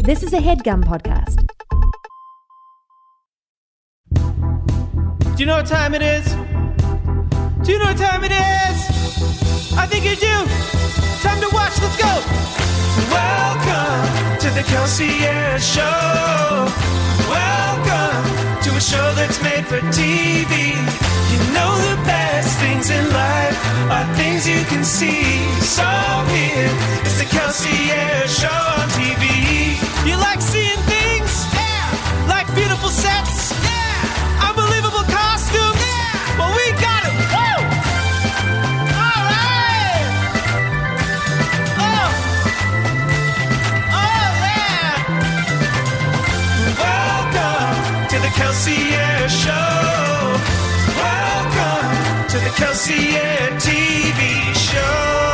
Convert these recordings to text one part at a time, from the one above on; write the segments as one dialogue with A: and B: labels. A: This is a headgum podcast.
B: Do you know what time it is? Do you know what time it is? I think you do. Time to watch. Let's go. Welcome to the Kelsey Air Show. Welcome to a show that's made for TV. You know the best things in life are things you can see. So here is the Kelsey Air Show on TV. You like seeing things? Yeah. Like beautiful sets? Yeah. Unbelievable costumes? Yeah. Well, we got it. Woo! All right. Oh. Oh yeah! Welcome to the Kelsey Air Show. Welcome to the Kelsey Air TV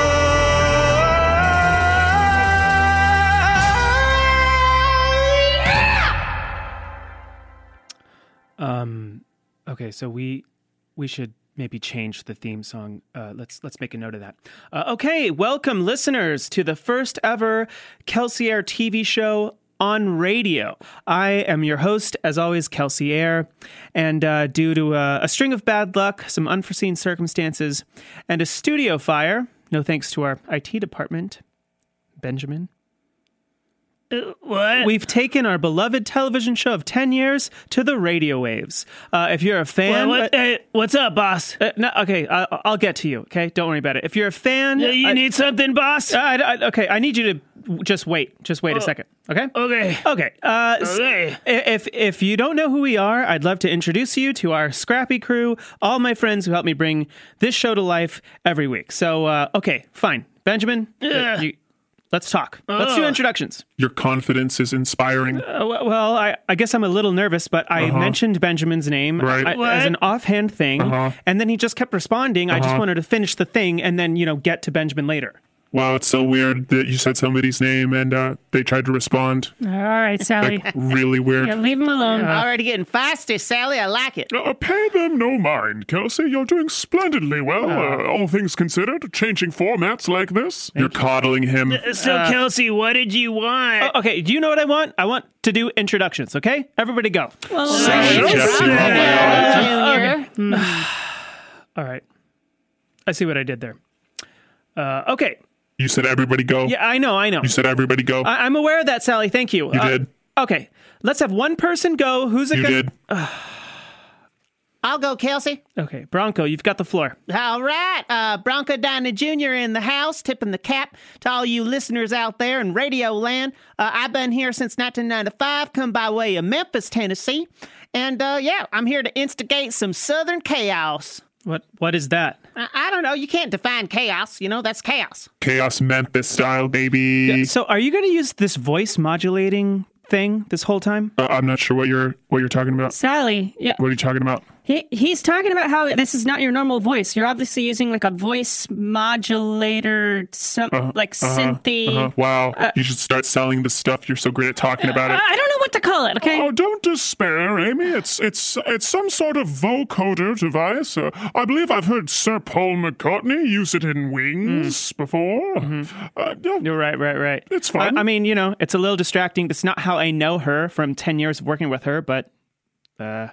B: Show.
C: Okay, so we we should maybe change the theme song. Uh, let's let's make a note of that. Uh, okay, welcome listeners to the first ever Kelsey Air TV show on radio. I am your host, as always, Kelsey Air, and uh, due to uh, a string of bad luck, some unforeseen circumstances, and a studio fire, no thanks to our IT department, Benjamin. We've taken our beloved television show of 10 years to the radio waves. Uh, if you're a fan.
D: Well, what- hey, what's up, boss?
C: Uh, no, okay, I, I'll get to you. Okay, don't worry about it. If you're a fan,
D: you
C: I- Uh,
D: need something, boss? Oh.
C: I, I- okay, I need you to w- just wait. Just wait a second. Okay.
D: okay.
C: Okay. Uh, s-
D: Okay.
C: i- If if you don't know who we are, I'd love to introduce you to our scrappy crew, all my friends who help me bring this show to life every week. So uh, okay, fine, Benjamin. uh,
D: Yeah. Uh.
C: you- let's talk. Let's do introductions.
E: Your confidence is inspiring.
C: Uh, w- well, I, I guess I'm a little nervous, but I mentioned Benjamin's name
E: Uh-huh.
C: uh,
E: Right.
C: I-
D: What?
C: as an offhand thing,
E: Uh-huh.
C: and then he just kept responding. I just wanted to finish the thing and then you know get to Benjamin later.
E: wow, it's so weird that you said somebody's name and uh, they tried to respond.
F: All right, Sally.
E: Like, really weird.
F: Yeah, leave him alone.
G: Already getting faster, Sally. I like it.
E: Uh, pay them no mind, Kelsey. You're doing splendidly well, uh, all things considered, changing formats like this. You're coddling him.
D: So, Kelsey, what did you want?
C: Uh, Oh, okay, do you know what I want? I want to do introductions, okay? Everybody go.
E: Sorry, Jesse.
C: All right. I see what I did there. Uh, okay.
E: You said everybody go.
C: Yeah, I know, I know.
E: You said everybody go.
C: I- I'm aware of that, Sally. Thank you.
E: you
C: Uh,
E: did.
C: Okay. Let's have one person go. Who's it
E: You
C: gonna-
E: did.
G: I'll go, Kelsey.
C: Okay, Bronco, you've got the floor.
G: All right. Uh, Bronco Diner Jr. in the house, tipping the cap to all you listeners out there in radio land. Uh, I've been here since 1995, come by way of Memphis, Tennessee. And uh, yeah, I'm here to instigate some Southern chaos.
C: What what is that?
G: I, I don't know. You can't define chaos. You know, that's chaos.
E: Chaos Memphis style, baby.
C: So are you going to use this voice modulating thing this whole time?
E: Uh, I'm not sure what you're what you're talking about.
F: Sally. Yeah.
E: What are you talking about?
F: He, he's talking about how this is not your normal voice. You're obviously using like a voice modulator, some
E: Uh-huh,
F: like synthy.
E: Uh, wow, you should start selling the stuff you're so great at talking about it.
F: Uh, I I don't know what to call it. Okay.
E: Oh, don't despair, Amy. It's it's it's some sort of vocoder device. Uh, I believe I've heard Sir Paul McCartney use it in Wings before. Uh, yeah,
C: Mm. Mm-hmm. You're right, right, right.
E: It's fine.
C: I, I mean, you know, it's a little distracting. That's not how I know her from 10 years of working with her, but uh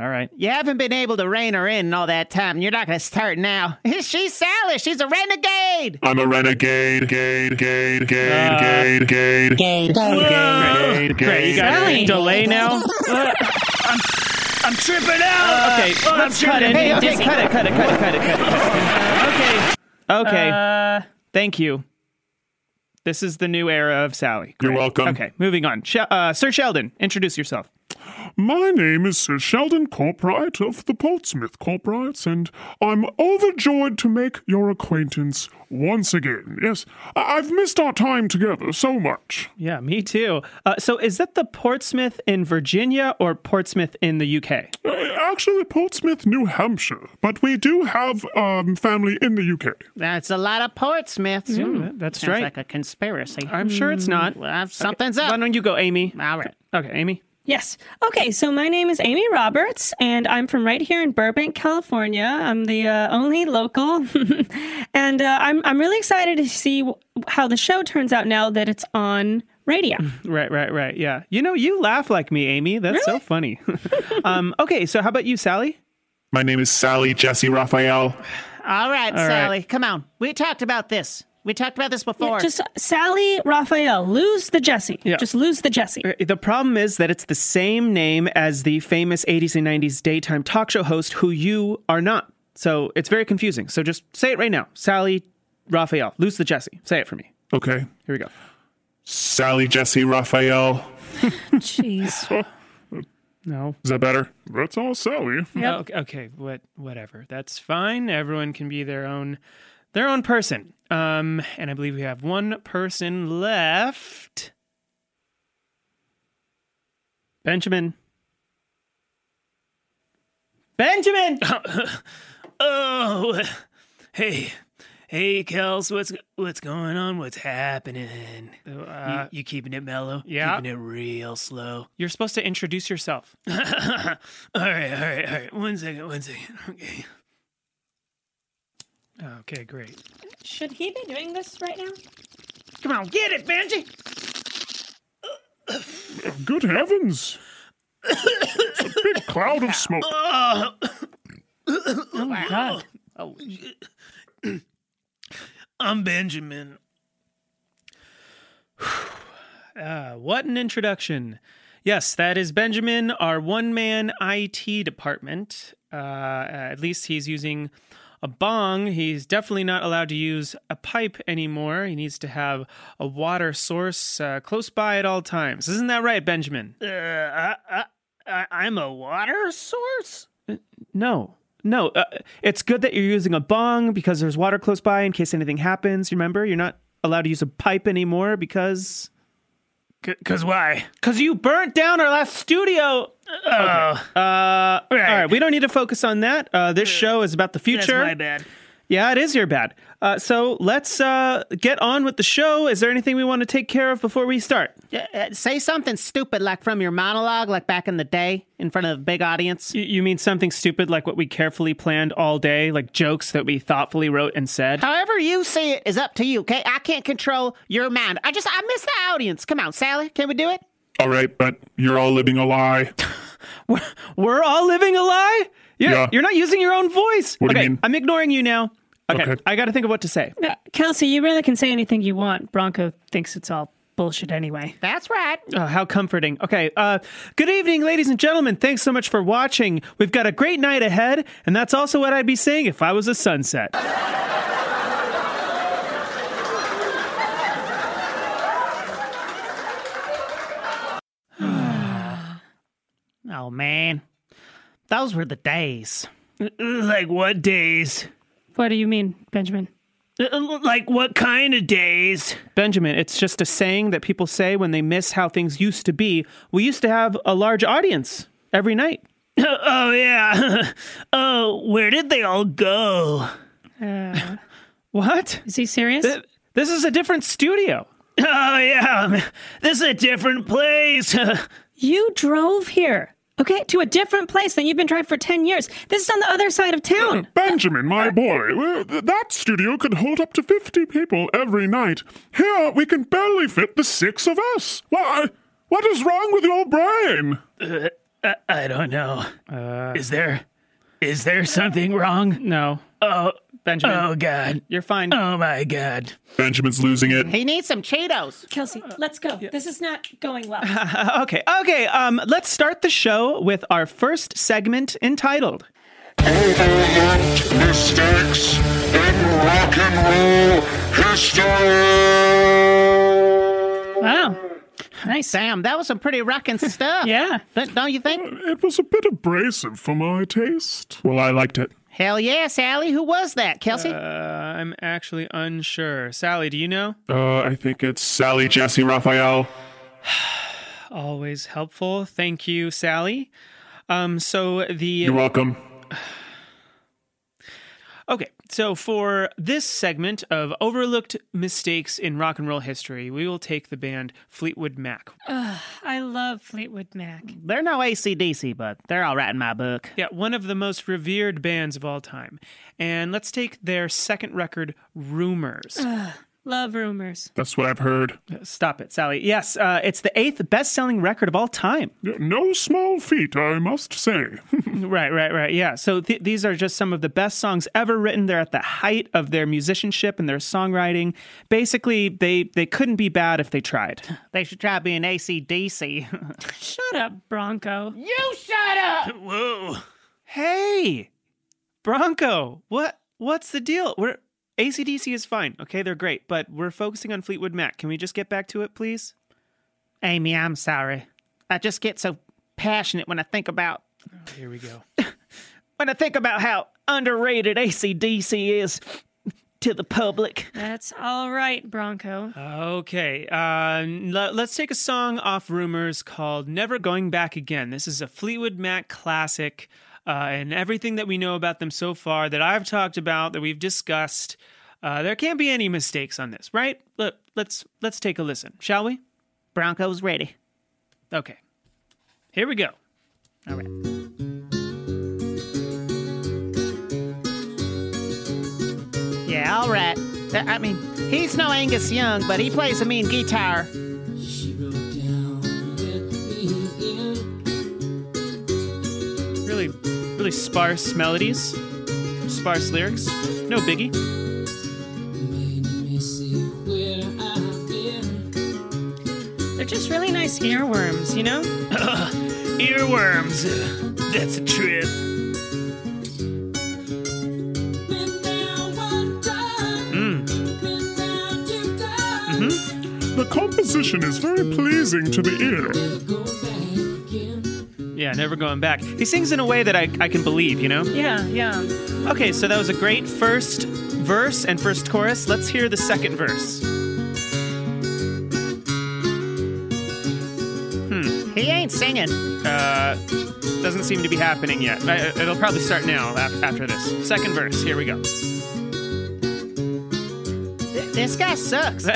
C: all right.
G: You haven't been able to rein her in in all that time. and You're not going to start now. She's Sally. She's a renegade.
E: I'm a renegade, gade, gade, gade,
C: Uh,
E: gade, gade, gade,
C: Great, you got
F: Sally.
C: a delay now. Uh,
D: I'm tripping out.
C: Okay,
D: Oh, I'm
C: let's cut
D: tripping.
C: it. Hey, okay,
F: Disney.
C: cut it, cut it, cut it, cut it, cut it. Okay. Okay.
D: Uh,
C: Thank you. This is the new era of Sally.
E: You're welcome.
C: Okay, moving on. Sh- uh, Sir Sheldon, introduce yourself.
E: My name is Sir Sheldon Corpright of the Portsmouth Corprights, and I'm overjoyed to make your acquaintance once again. Yes, I- I've missed our time together so much.
C: Yeah, me too. Uh, so is that the Portsmouth in Virginia or Portsmouth in the UK?
E: Uh, Actually, Portsmouth, New Hampshire, but we do have um, family in the UK.
G: That's a lot of Portsmouths. Mm,
C: that's
G: Sounds
C: right.
G: like a conspiracy.
C: I'm sure it's not.
G: Well, something's
C: Why
G: up.
C: don't you go, Amy?
G: All right.
C: Okay, Amy.
F: Yes. Okay, so my name is Amy Roberts, and I'm from right here in Burbank, California. I'm the uh, only local, and uh, I'm I'm really excited to see w- how the show turns out now that it's on radio.
E: Mm-hmm.
C: Right, right, right. Yeah. You know, you laugh like me, Amy. That's so funny. um, okay, so how about you, Sally?
E: My name is Sally Jesse Raphael.
G: All right,
C: right.
G: Sally, come on. We talked about this. We talked about this before.
F: Just Sally Raphael, lose the Jesse.
C: Yeah.
F: Just lose the Jesse.
C: The problem is that it's the same name as the famous 80s and 90s daytime talk show host who you are not. So it's very confusing. So just say it right now. Sally Raphael. Lose the Jesse. Say it for me.
E: Okay.
C: Here we go.
E: Sally Jesse Raphael.
F: Jeez.
C: No.
E: Is that better?
H: That's all, Sally.
C: Oh, Okay, okay, what whatever. That's fine. Everyone can be their own their own person. Um and I believe we have one person left. Benjamin. Benjamin.
B: Oh, hey, hey, Kels, what's what's going on? What's happening?
C: Uh,
B: you, you keeping it mellow?
C: yeah.
B: keeping it real slow.
C: You're supposed to introduce yourself.
B: all right, all right, all right. One second, one second. Okay.
C: Okay, great.
F: Should he be doing this right now?
B: Come on, get it, Benji.
H: Good heavens. it's a big cloud of smoke.
F: Oh my God.
B: I'm Benjamin.
C: Uh, what an introduction. Yes, that is Benjamin, our one man IT department. Uh, at least he's using a bong. He's definitely not allowed to use a pipe anymore. He needs to have a water source uh, close by at all times. Isn't that right, Benjamin?
B: Uh, I, I, I, I'm a water source.
C: Uh, No. No, uh, it's good that you're using a bong because there's water close by in case anything happens. Remember, you're not allowed to use a pipe anymore because
B: C- Cause why?
C: because you burnt down our last studio.
B: Oh,
C: Uh,
B: Right.
C: All right, we don't need to focus on that. Uh, this show is about the
B: that's
C: future.
B: my bad.
C: Yeah, it is your bad. Uh, so let's uh, get on with the show. Is there anything we want to take care of before we start?
G: Uh, uh, say something stupid like from your monologue, like back in the day in front of a big audience.
C: Y- You mean something stupid like what we carefully planned all day, like jokes that we thoughtfully wrote and said?
G: However you see it is up to you, okay? I can't control your mind. I just, I miss the audience. Come on, Sally, can we do it?
E: All right, but you're all living a lie.
C: We're all living a lie? You're,
E: Yeah.
C: you're not using your own voice.
E: What do
C: okay,
E: you mean?
C: I'm ignoring you now. Okay,
E: Okay.
C: I got to think of what to say.
F: Uh, Kelsey, you really can say anything you want. Bronco thinks it's all bullshit anyway.
G: That's right.
C: Oh, how comforting. Okay. Uh, good evening, ladies and gentlemen. Thanks so much for watching. We've got a great night ahead, and that's also what I'd be saying if I was a sunset.
B: Uh,
G: Oh, man. Those were the days.
B: Like what days?
F: What do you mean, Benjamin?
B: Uh, Like what kind of days?
C: Benjamin, it's just a saying that people say when they miss how things used to be. We used to have a large audience every night.
B: Oh yeah. oh, where did they all go?
F: Uh,
C: What?
F: is he serious?
C: Th- This is a different studio.
B: Oh yeah. This is a different place.
F: You drove here, okay, to a different place than you've been driving for 10 years. This is on the other side of town.
H: Benjamin, my boy, well, th- that studio could hold up to 50 people every night. Here, we can barely fit the six of us. Why? What is wrong with your brain?
B: I, I don't know. is there is there something wrong?
C: Uh, No.
B: Oh,
C: Benjamin,
B: oh god.
C: you're fine.
B: Oh my god.
E: Benjamin's losing it.
G: He needs some Cheetos.
F: Kelsey, let's go. This is not going well.
C: okay. Okay. Um, let's start the show with our first segment entitled
I: overlooked mistakes in rock and roll history.
F: Wow. Nice.
G: Damn, that was some pretty rocking stuff.
F: Yeah.
G: Don't, don't you think?
H: It was a bit abrasive for my taste.
E: Well, I liked it.
G: Hell yeah, Sally. Who was that, Kelsey?
F: Uh,
C: I'm actually unsure. Sally, do you know?
E: Uh, I think it's Sally Jesse Raphael.
C: Always helpful. Thank you, Sally. Um, so the
E: You're welcome.
C: okay, So, for this segment of overlooked mistakes in rock and roll history, we will take the band Fleetwood Mac.
F: I love Fleetwood Mac.
G: They're no ACDC, but they're all right in my book.
C: Yeah, one of the most revered bands of all time. And let's take their second record, Rumors.
F: Love rumors.
E: That's what I've heard.
C: Stop it, Sally. Yes, uh, it's the eighth best selling record of all time.
E: No small feat, I must say.
C: Right, right, right. Yeah. So th- these are just some of the best songs ever written. They're at the height of their musicianship and their songwriting. Basically, they, they couldn't be bad if they tried.
G: They should try being ACDC.
F: Shut up, Bronco.
G: you shut up!
B: Whoa.
C: Hey, Bronco, what what's the deal? We're ACDC is fine. Okay, they're great, but we're focusing on Fleetwood Mac. Can we just get back to it, please?
G: Amy, I'm sorry. I just get so passionate when I think about
C: Here we go.
G: when I think about how underrated ACDC is to the public.
F: That's all right, Bronco.
C: Okay, uh, le- let's take a song off Rumors called Never Going Back Again. This is a Fleetwood Mac classic, uh, and everything that we know about them so far that I've talked about, that we've discussed, uh, there can't be any mistakes on this, right? Look, let's let's take a listen, shall we?
G: Broncos ready.
C: Okay, here we go.
G: Yeah, all right. Uh, I mean, he's no Angus Young, but he plays a mean guitar.
C: Really, really sparse melodies, sparse lyrics. No biggie.
F: They're just really nice earworms, you know?
B: Earworms. That's a trip.
E: The composition is very pleasing to the ear.
C: Yeah, never going back. He sings in a way that I, I can believe, you know?
F: Yeah, yeah.
C: Okay, so that was a great first verse and first chorus. Let's hear the second verse.
G: He ain't singing.
C: Uh, doesn't seem to be happening yet. I, I- it'll probably start now af- after this. Second verse, here we go.
G: Th- This guy sucks.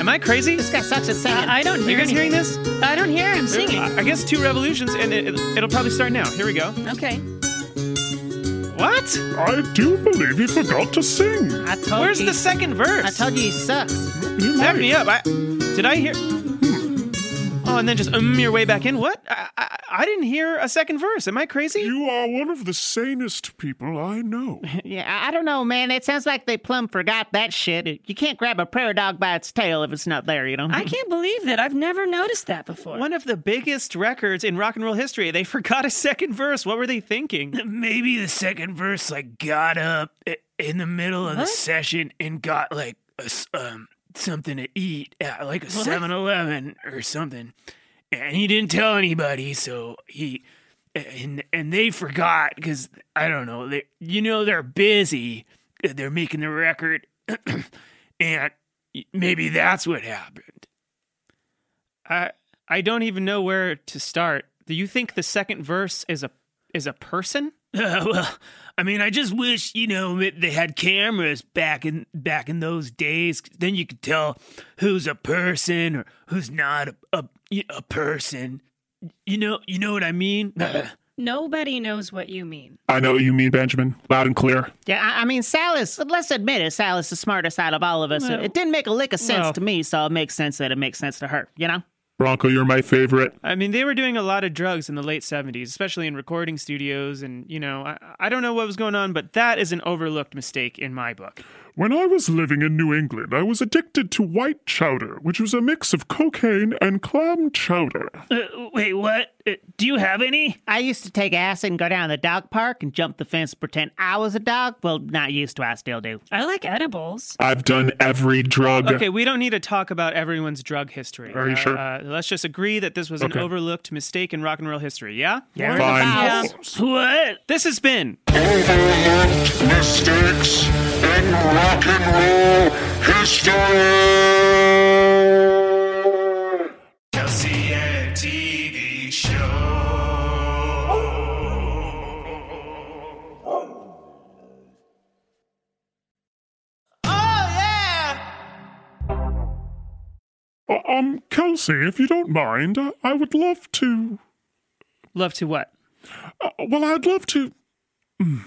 C: Am I crazy?
G: This guy sucks at singing.
F: I, I don't
C: Are you
F: hear
C: guys hearing
F: anything.
C: this?
F: I don't hear him singing.
C: I I guess two revolutions, and it, it, it'll probably start now. Here we go.
F: Okay.
C: What?
E: I do believe he forgot to sing.
G: I told
C: Where's
G: you,
C: the second
G: Oh, I
C: verse?
G: told you he sucks.
E: You
C: Back
E: might-
C: me up. I, did I hear? Oh, and then just um your way back in. What? I, I, I didn't hear a second verse. Am I crazy?
E: You are one of the sanest people I know.
G: Yeah, I, I don't know, man. It sounds like they plumb forgot that shit. You can't grab a prairie dog by its tail if it's not there, you know?
F: I can't believe that. I've never noticed that before.
C: One of the biggest records in rock and roll history. They forgot a second verse. What were they thinking?
B: Maybe the second verse like got up i- in the middle of the session and got like a s um something to eat at like a 7-Eleven or something. And he didn't tell anybody, so he and and they forgot cuz I don't know, they you know they're busy. They're making the record. and maybe that's what happened.
C: I I don't even know where to start. Do you think the second verse is a is a person?
B: Uh, well, I mean, I just wish you know that they had cameras back in back in those days. 'cause Then you could tell who's a person or who's not a a, a person. You know, you know what I mean.
F: Nobody knows what you mean.
E: I know what you mean, Benjamin. Loud and clear.
G: Yeah, I, I mean, Sal is, let's admit it, Sal is the smartest out of all of us. It- it didn't make a lick of sense
C: well-
G: to me, so it makes sense that it makes sense to her, you know?
E: Bronco, you're my favorite.
C: I mean, they were doing a lot of drugs in the late 70s, especially in recording studios and, you know, I, I don't know what was going on, but that is an overlooked mistake in my book.
E: When I was living in New England, I was addicted to white chowder, which was a mix of cocaine and clam chowder.
B: Uh, wait, what? Uh, do you have any?
G: I used to take acid and go down to the dog park and jump the fence, pretend I was a dog. Well, not used to, I still do.
F: I like edibles.
E: I've done every drug.
C: Okay, we don't need to talk about everyone's drug history.
E: Are you
C: Uh,
E: sure?
C: Uh, let's just agree that this was an
E: Okay.
C: overlooked mistake in rock and roll history, yeah?
E: Fine.
G: Yeah.
B: What?
C: This has been
I: Overlooked mistakes in rock and roll history.
J: Kelsey and TV show.
E: Uh, um, Kelsey, if you don't mind, I, I would love to.
C: Love to what?
E: Uh, well, I'd love to. Hmm.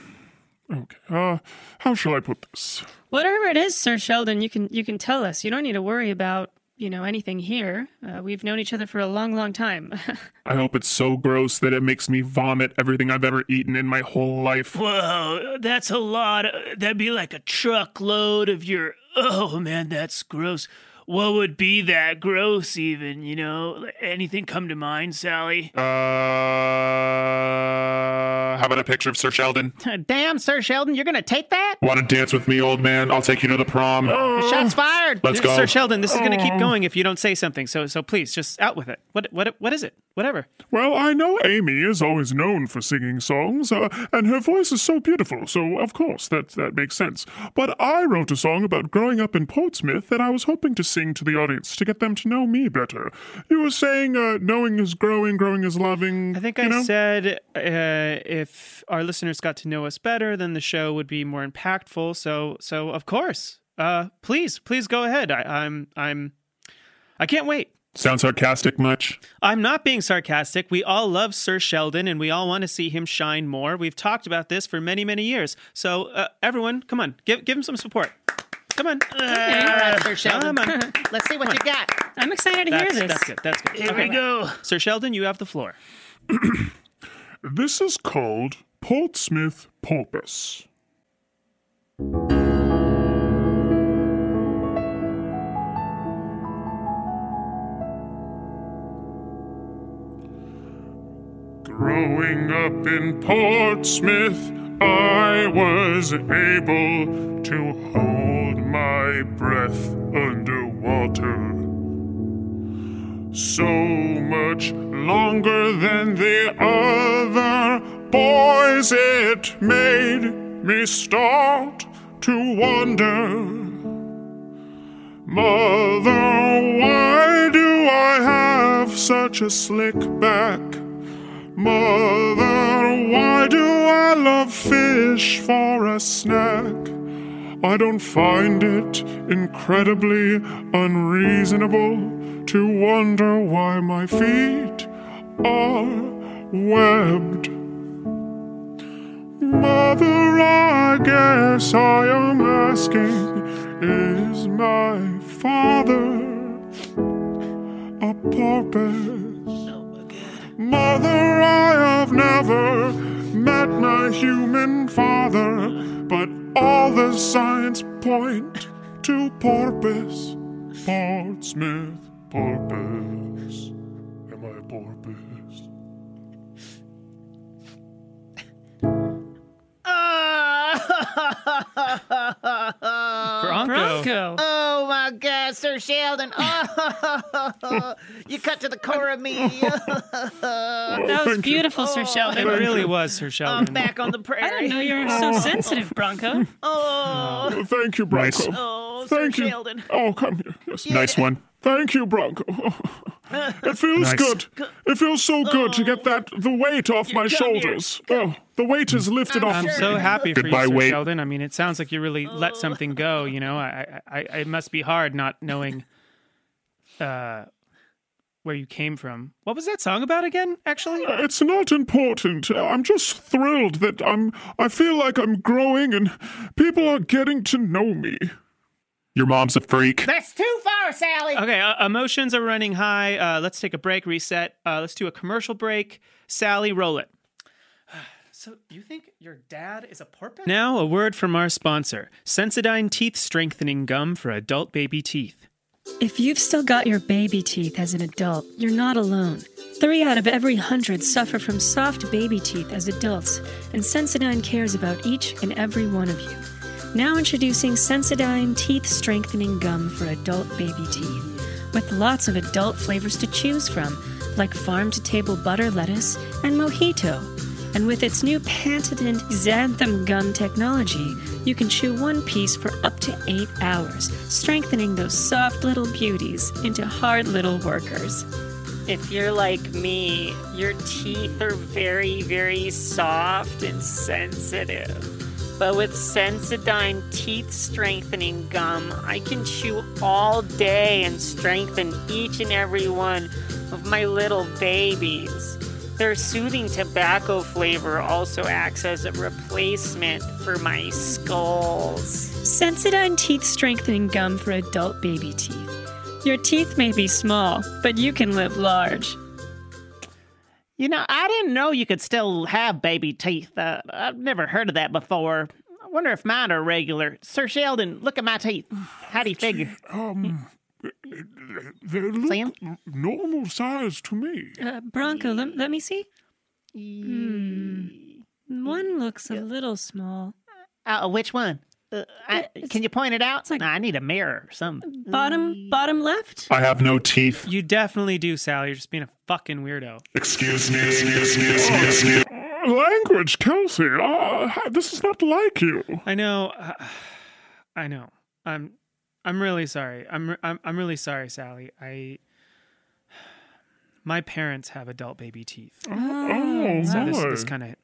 E: Okay. Uh, how shall I put this?
F: Whatever it is, Sir Sheldon, you can you can tell us. You don't need to worry about you know anything here. Uh, we've known each other for a long, long time.
E: I hope it's so gross that it makes me vomit everything I've ever eaten in my whole life.
B: Whoa, that's a lot. That'd be like a truckload of your. Oh man, that's gross. What would be that gross? Even you know, anything come to mind, Sally?
E: Uh, how about a picture of Sir Sheldon?
G: Damn, Sir Sheldon, you're gonna take that?
E: Want to dance with me, old man? I'll take you to the prom.
B: Oh.
G: Shots fired.
E: Let's go.
C: Sir Sheldon, this is going to keep going if you don't say something. So so please just out with it. What what what is it? Whatever.
E: Well, I know Amy is always known for singing songs, uh, and her voice is so beautiful, so of course that, that makes sense. But I wrote a song about growing up in Portsmouth that I was hoping to sing to the audience to get them to know me better. You were saying uh, knowing is growing, growing is loving.
C: I think
E: you
C: I
E: know?
C: said uh, if our listeners got to know us better, then the show would be more impactful. So so of course, uh, please please go ahead. I, I'm I'm I can't wait.
E: Sound sarcastic much?
C: I'm not being sarcastic. We all love Sir Sheldon, and we all want to see him shine more. We've talked about this for many many years. So uh, everyone, come on, give give him some support. Come on.
F: Okay.
G: All right, Sir Sheldon.
C: Come on.
G: Let's see what you got.
F: I'm excited to
C: That's,
F: hear this.
C: that's good. That's good.
B: Here we go.
C: Sir Sheldon, you have the floor.
E: This is called Portsmouth Porpoise. Growing up in Portsmouth, I was able to hold my breath underwater so much longer than the other boys. It made me start to wonder, Mother, why do I have such a slick back? Mother, why do I love fish for a snack? I don't find it incredibly unreasonable to wonder why my feet are webbed. Mother, I guess I am asking, is my father a porpoise? Mother, I have never met my human father, but all the signs point to porpoise, Portsmouth, porpoise. Am I a porpoise?
G: Oh,
C: Bronco.
F: Bronco.
G: Oh my God, Sir Sheldon! Oh, you cut to the core of me.
F: that was
E: thank you.
F: beautiful,
G: Oh.
F: Sir
C: It
F: Sheldon.
C: really Oh. was Sir
G: I'm
C: Sheldon.
G: back on the prairie.
F: I didn't know you were so sensitive, Bronco.
G: Oh,
E: Oh, thank you, Bronco.
G: oh,
E: thank
G: Sir
E: you.
G: Sheldon.
E: Oh, come here. Yes.
G: Nice
E: one. Thank you, Bronco. It feels good. It feels so good to get that the weight off my shoulders. Oh, the weight is lifted off.
C: I'm
E: me.
C: so happy for
E: Goodbye,
C: you, Sir
E: Wade.
C: Sheldon. I mean, it sounds like you really
G: Oh.
C: let something go. You know, I, I, I, it must be hard not knowing, uh, where you came from. What was that song about again? Actually,
E: Uh, It's not important. Uh, I'm just thrilled that I'm. I feel like I'm growing and people are getting to know me. Your mom's a freak.
G: That's too far, Sally.
C: okay. Uh, emotions are running high. Uh, let's take a break, reset. Uh, let's do a commercial break. Sally, roll it. So you think your dad is a porpoise? Now, a word from our sponsor, Sensodyne Teeth Strengthening Gum for adult baby teeth.
F: If you've still got your baby teeth as an adult, you're not alone. Three out of every hundred suffer from soft baby teeth as adults, and Sensodyne cares about each and every one of you. Now introducing Sensodyne Teeth Strengthening Gum for adult baby teeth, with lots of adult flavors to choose from, like farm to table butter lettuce and mojito. And with its new patented xanthan gum technology, you can chew one piece for up to eight hours, strengthening those soft little beauties into hard little workers.
K: If you're like me, your teeth are very, very soft and sensitive. but with Sensodyne teeth strengthening gum, I can chew all day and strengthen each and every one of my little babies. Their soothing tobacco flavor also acts as a replacement for my skulls.
F: Sensodyne teeth strengthening gum for adult baby teeth. Your teeth may be small, but you can live large.
G: You know, I didn't know you could still have baby teeth. Uh, I've never heard of that before. I wonder if mine are regular. Sir Sheldon, look at my teeth. How do you figure?
E: Um, they look
G: Sam?
E: normal size to me.
F: Uh, Bronco, lem- let me see. Hmm. One looks a little small.
G: Uh, which one? Uh, I, can you point it out? I need a mirror or something.
F: Bottom, bottom
E: Uh,
F: left.
L: I have no teeth.
C: You definitely do, Sal. You're just being a fucking weirdo.
L: Excuse me. Excuse me. Excuse me.
E: Uh, Language, Kelsey. Uh, this is not like you.
C: I know. Uh, I know. I'm. I'm really sorry. I'm. re- I'm. I'm really sorry, Sally. I. My parents have adult baby teeth.
E: Oh,
C: So
E: my.
C: this, this kind of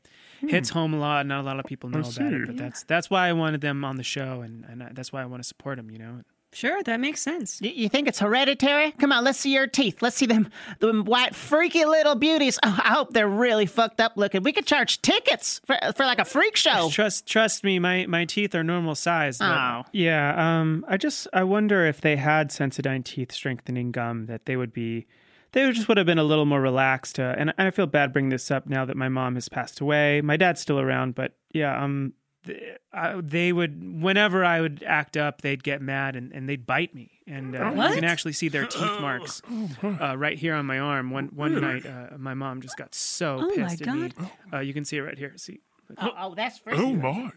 C: hits home a lot. Not a lot of people know about
E: see.
C: it, but that's that's why I wanted them on the show, and and I, that's why I want to support them. You know.
F: Sure, that makes sense.
G: Y- You think it's hereditary? Come on, let's see your teeth. Let's see them, them white, freaky little beauties. Oh, I hope they're really fucked up looking. We could charge tickets for, for like a freak show.
C: Trust trust me, my my teeth are normal size. but-
G: Oh.
C: Yeah. Um. I just I wonder if they had Sensodyne teeth strengthening gum that they would be. They would- just would have been a little more relaxed, uh, and, and I feel bad bringing this up now that my mom has passed away. My dad's still around, but yeah, um, th- I, they would whenever I would act up, they'd get mad and, and they'd bite me, and uh, you
F: What?
C: can actually see their teeth marks uh, right here on my arm. One one night, uh, my mom just got so
F: Oh my
C: pissed at me. Uh, you can see it right here. See,
G: Oh, oh, that's freaky.
E: Oh, my.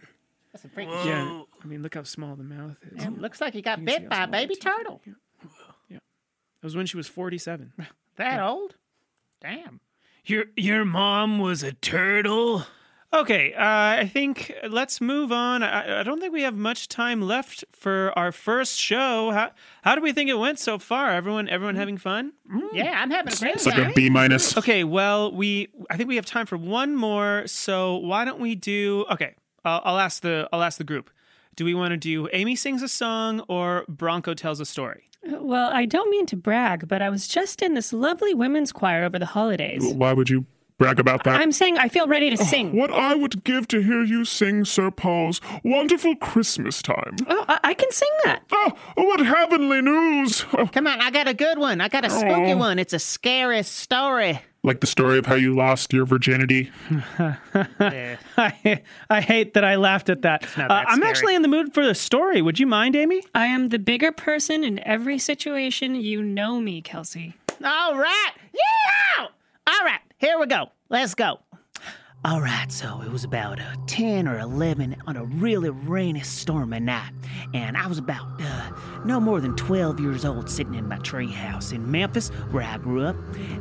G: That's a freaky.
C: yeah, I mean, look how small the mouth is.
G: Yeah, Looks like you got
C: can see
G: bit
C: how
G: by a
C: small
G: baby
C: the teeth are.
G: turtle.
C: It was when she was 47.
G: That old? Damn.
B: Your your mom was a turtle.
C: Okay, uh, I think let's move on. I, I don't think we have much time left for our first show. How, how do we think it went so far? Everyone, everyone having fun?
G: Yeah, I'm having a great
L: It's like
G: time.
L: a B minus.
C: Okay, well, we I think we have time for one more. So why don't we do? Okay, I'll, I'll ask the I'll ask the group. Do we want to do Amy sings a song or Bronco tells a story?
F: Well, I don't mean to brag, but I was just in this lovely women's choir over the holidays.
E: Why would you brag about that?
F: I'm saying I feel ready to sing.
E: What I would give to hear you sing Sir Paul's wonderful Christmas time.
F: Oh, I, I can sing that.
E: Ah, what heavenly news! Oh,
G: Come on, I got a good one. I got a spooky
E: Oh.
G: one. It's a scary story.
L: Like the story of how you lost your virginity.
C: I, I hate that I laughed at that. Uh, I'm actually in the mood for the story. Would you mind, Amy?
F: I am the bigger person in every situation. You know me, Kelsey.
G: All right. Yeah. All right. Here we go. Let's go. All right, so it was about uh, 10 or 11 on a really rainy, stormy night. And I was about uh, no more than 12 years old sitting in my treehouse in Memphis, where I grew up.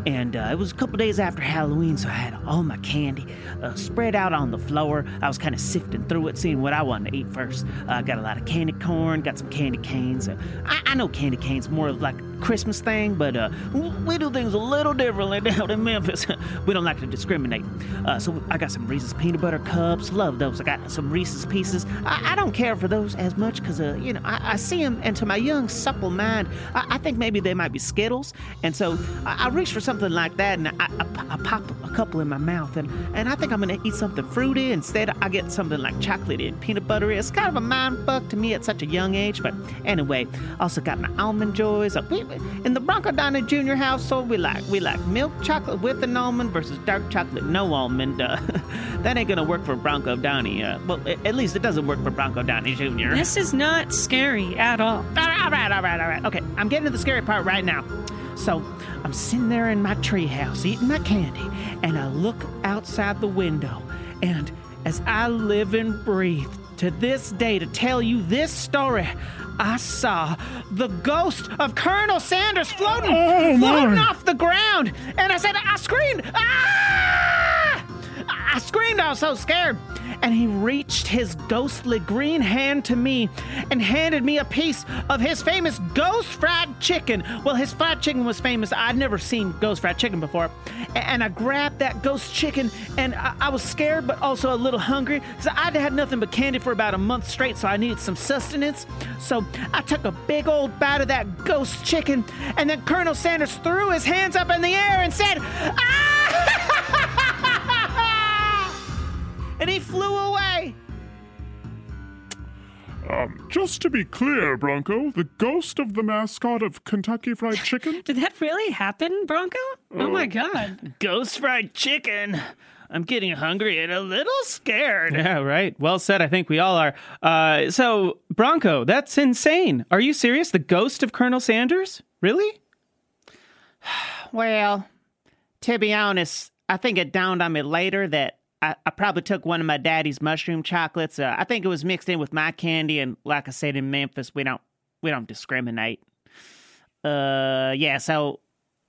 G: And uh, it was a couple days after Halloween, so I had all my candy uh, spread out on the floor. I was kind of sifting through it, seeing what I wanted to eat first. Uh, I got a lot of candy corn, got some candy canes. Uh, I, I know candy canes more of like a Christmas thing, but uh, w- we do things a little differently down in Memphis. we don't like to discriminate. Uh, so I got some Reese's peanut butter cups. Love those. I got some Reese's pieces. I, I don't care for those as much because, uh, you know, I, I see them, and to my young, supple mind, I, I think maybe they might be Skittles. And so I, I reach for something like that, and I, I, p- I pop a couple in my mouth, and, and I think I'm going to eat something fruity. Instead, I get something like chocolatey and peanut buttery. It's kind of a mind fuck to me at such a young age, but anyway, also got my almond joys. Uh, we- we- In the Bronco Donna Jr. household, we like we like milk chocolate with an almond versus dark chocolate no almond. Uh, that ain't gonna work for Bronco Donnie. Uh, well, a- at least it doesn't work for Bronco Donnie Jr.
F: This is not scary at all.
G: All right, all right, all right, all right. Okay, I'm getting to the scary part right now. So I'm sitting there in my treehouse eating my candy, and I look outside the window, and as I live and breathe to this day to tell you this story, I saw the ghost of Colonel Sanders floating,
E: Oh, my.
G: floating off the ground, and I said, I screamed, ah! I I screamed, I was so scared. And he reached his ghostly green hand to me and handed me a piece of his famous ghost fried chicken. Well, his fried chicken was famous. I'd never seen ghost fried chicken before. A- And I grabbed that ghost chicken, and I, I was scared, but also a little hungry. So I'd had nothing but candy for about a month straight, so I needed some sustenance. So I took a big old bite of that ghost chicken, and then Colonel Sanders threw his hands up in the air and said, "Ah!" and he flew away.
H: Um, just to be clear, Bronco, the ghost of the mascot of Kentucky Fried Chicken?
F: Did that really happen, Bronco? Oh my god.
B: Ghost fried chicken. I'm getting hungry and a little scared.
C: Yeah, right. Well said. I think we all are. Uh, so, Bronco, that's insane. Are you serious? The ghost of Colonel Sanders? Really?
G: Well, to be honest, I think it dawned on me later that I, I probably took one of my daddy's mushroom chocolates. Uh, I think it was mixed in with my candy, and like I said in Memphis, we don't we don't discriminate. Uh, yeah. So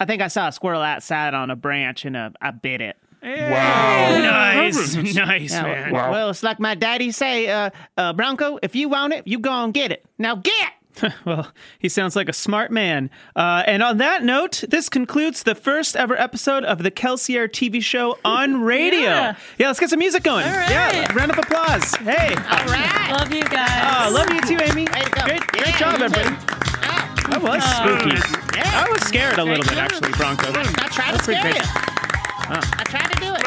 G: I think I saw a squirrel outside on a branch, and uh, I bit it.
L: Wow.
B: Nice, nice,
G: Yeah,
B: man.
L: Wow.
G: Oh, Well, it's like my daddy say, uh, uh, Bronco, if you want it, you go and get it. Now get.
C: Well, he sounds like a smart man. Uh, and on that note, this concludes the first ever episode of the Kelsier TV show on radio. yeah.
F: Yeah.
C: let's get some music going.
F: All right.
C: Yeah, round of applause. Hey.
G: All right.
F: Love you guys.
C: Oh, love you too, Amy.
G: Way to go.
C: Great, great
G: Yeah,
C: job,
G: you too.
C: everybody. That was spooky.
G: Uh, Yeah.
C: I was scared a little bit, actually, Bronco.
G: I tried to
C: That's pretty
G: scare you.
C: great.
G: I tried to do it.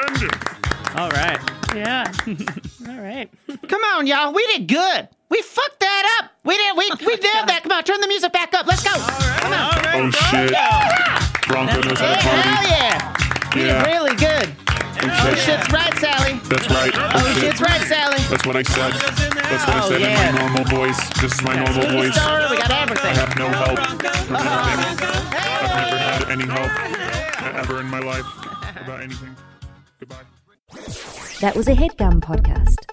L: Oh,
C: All right.
F: Yeah. All right.
G: Come on, y'all. We did good. We fucked that up. We did. We we nailed that. Come on, turn the music back up. Let's go. Come on.
L: Oh shit. Bronco knows how to
G: Hey, hell
L: party.
G: yeah. We
L: Oh, Yeah.
G: did really good.
L: Oh, shit.
G: Shit's right, Sally.
L: That's right. Oh,
G: Shit's right, Sally.
L: That's what I said. That's what I
G: Oh,
L: said
G: yeah.
L: in my normal voice. Just my normal
G: We
L: voice. I
G: started. We got everything.
L: have no help from anything. I've
G: Hey.
L: never had any help ever in my life about anything. Goodbye.
A: That was a headgum podcast.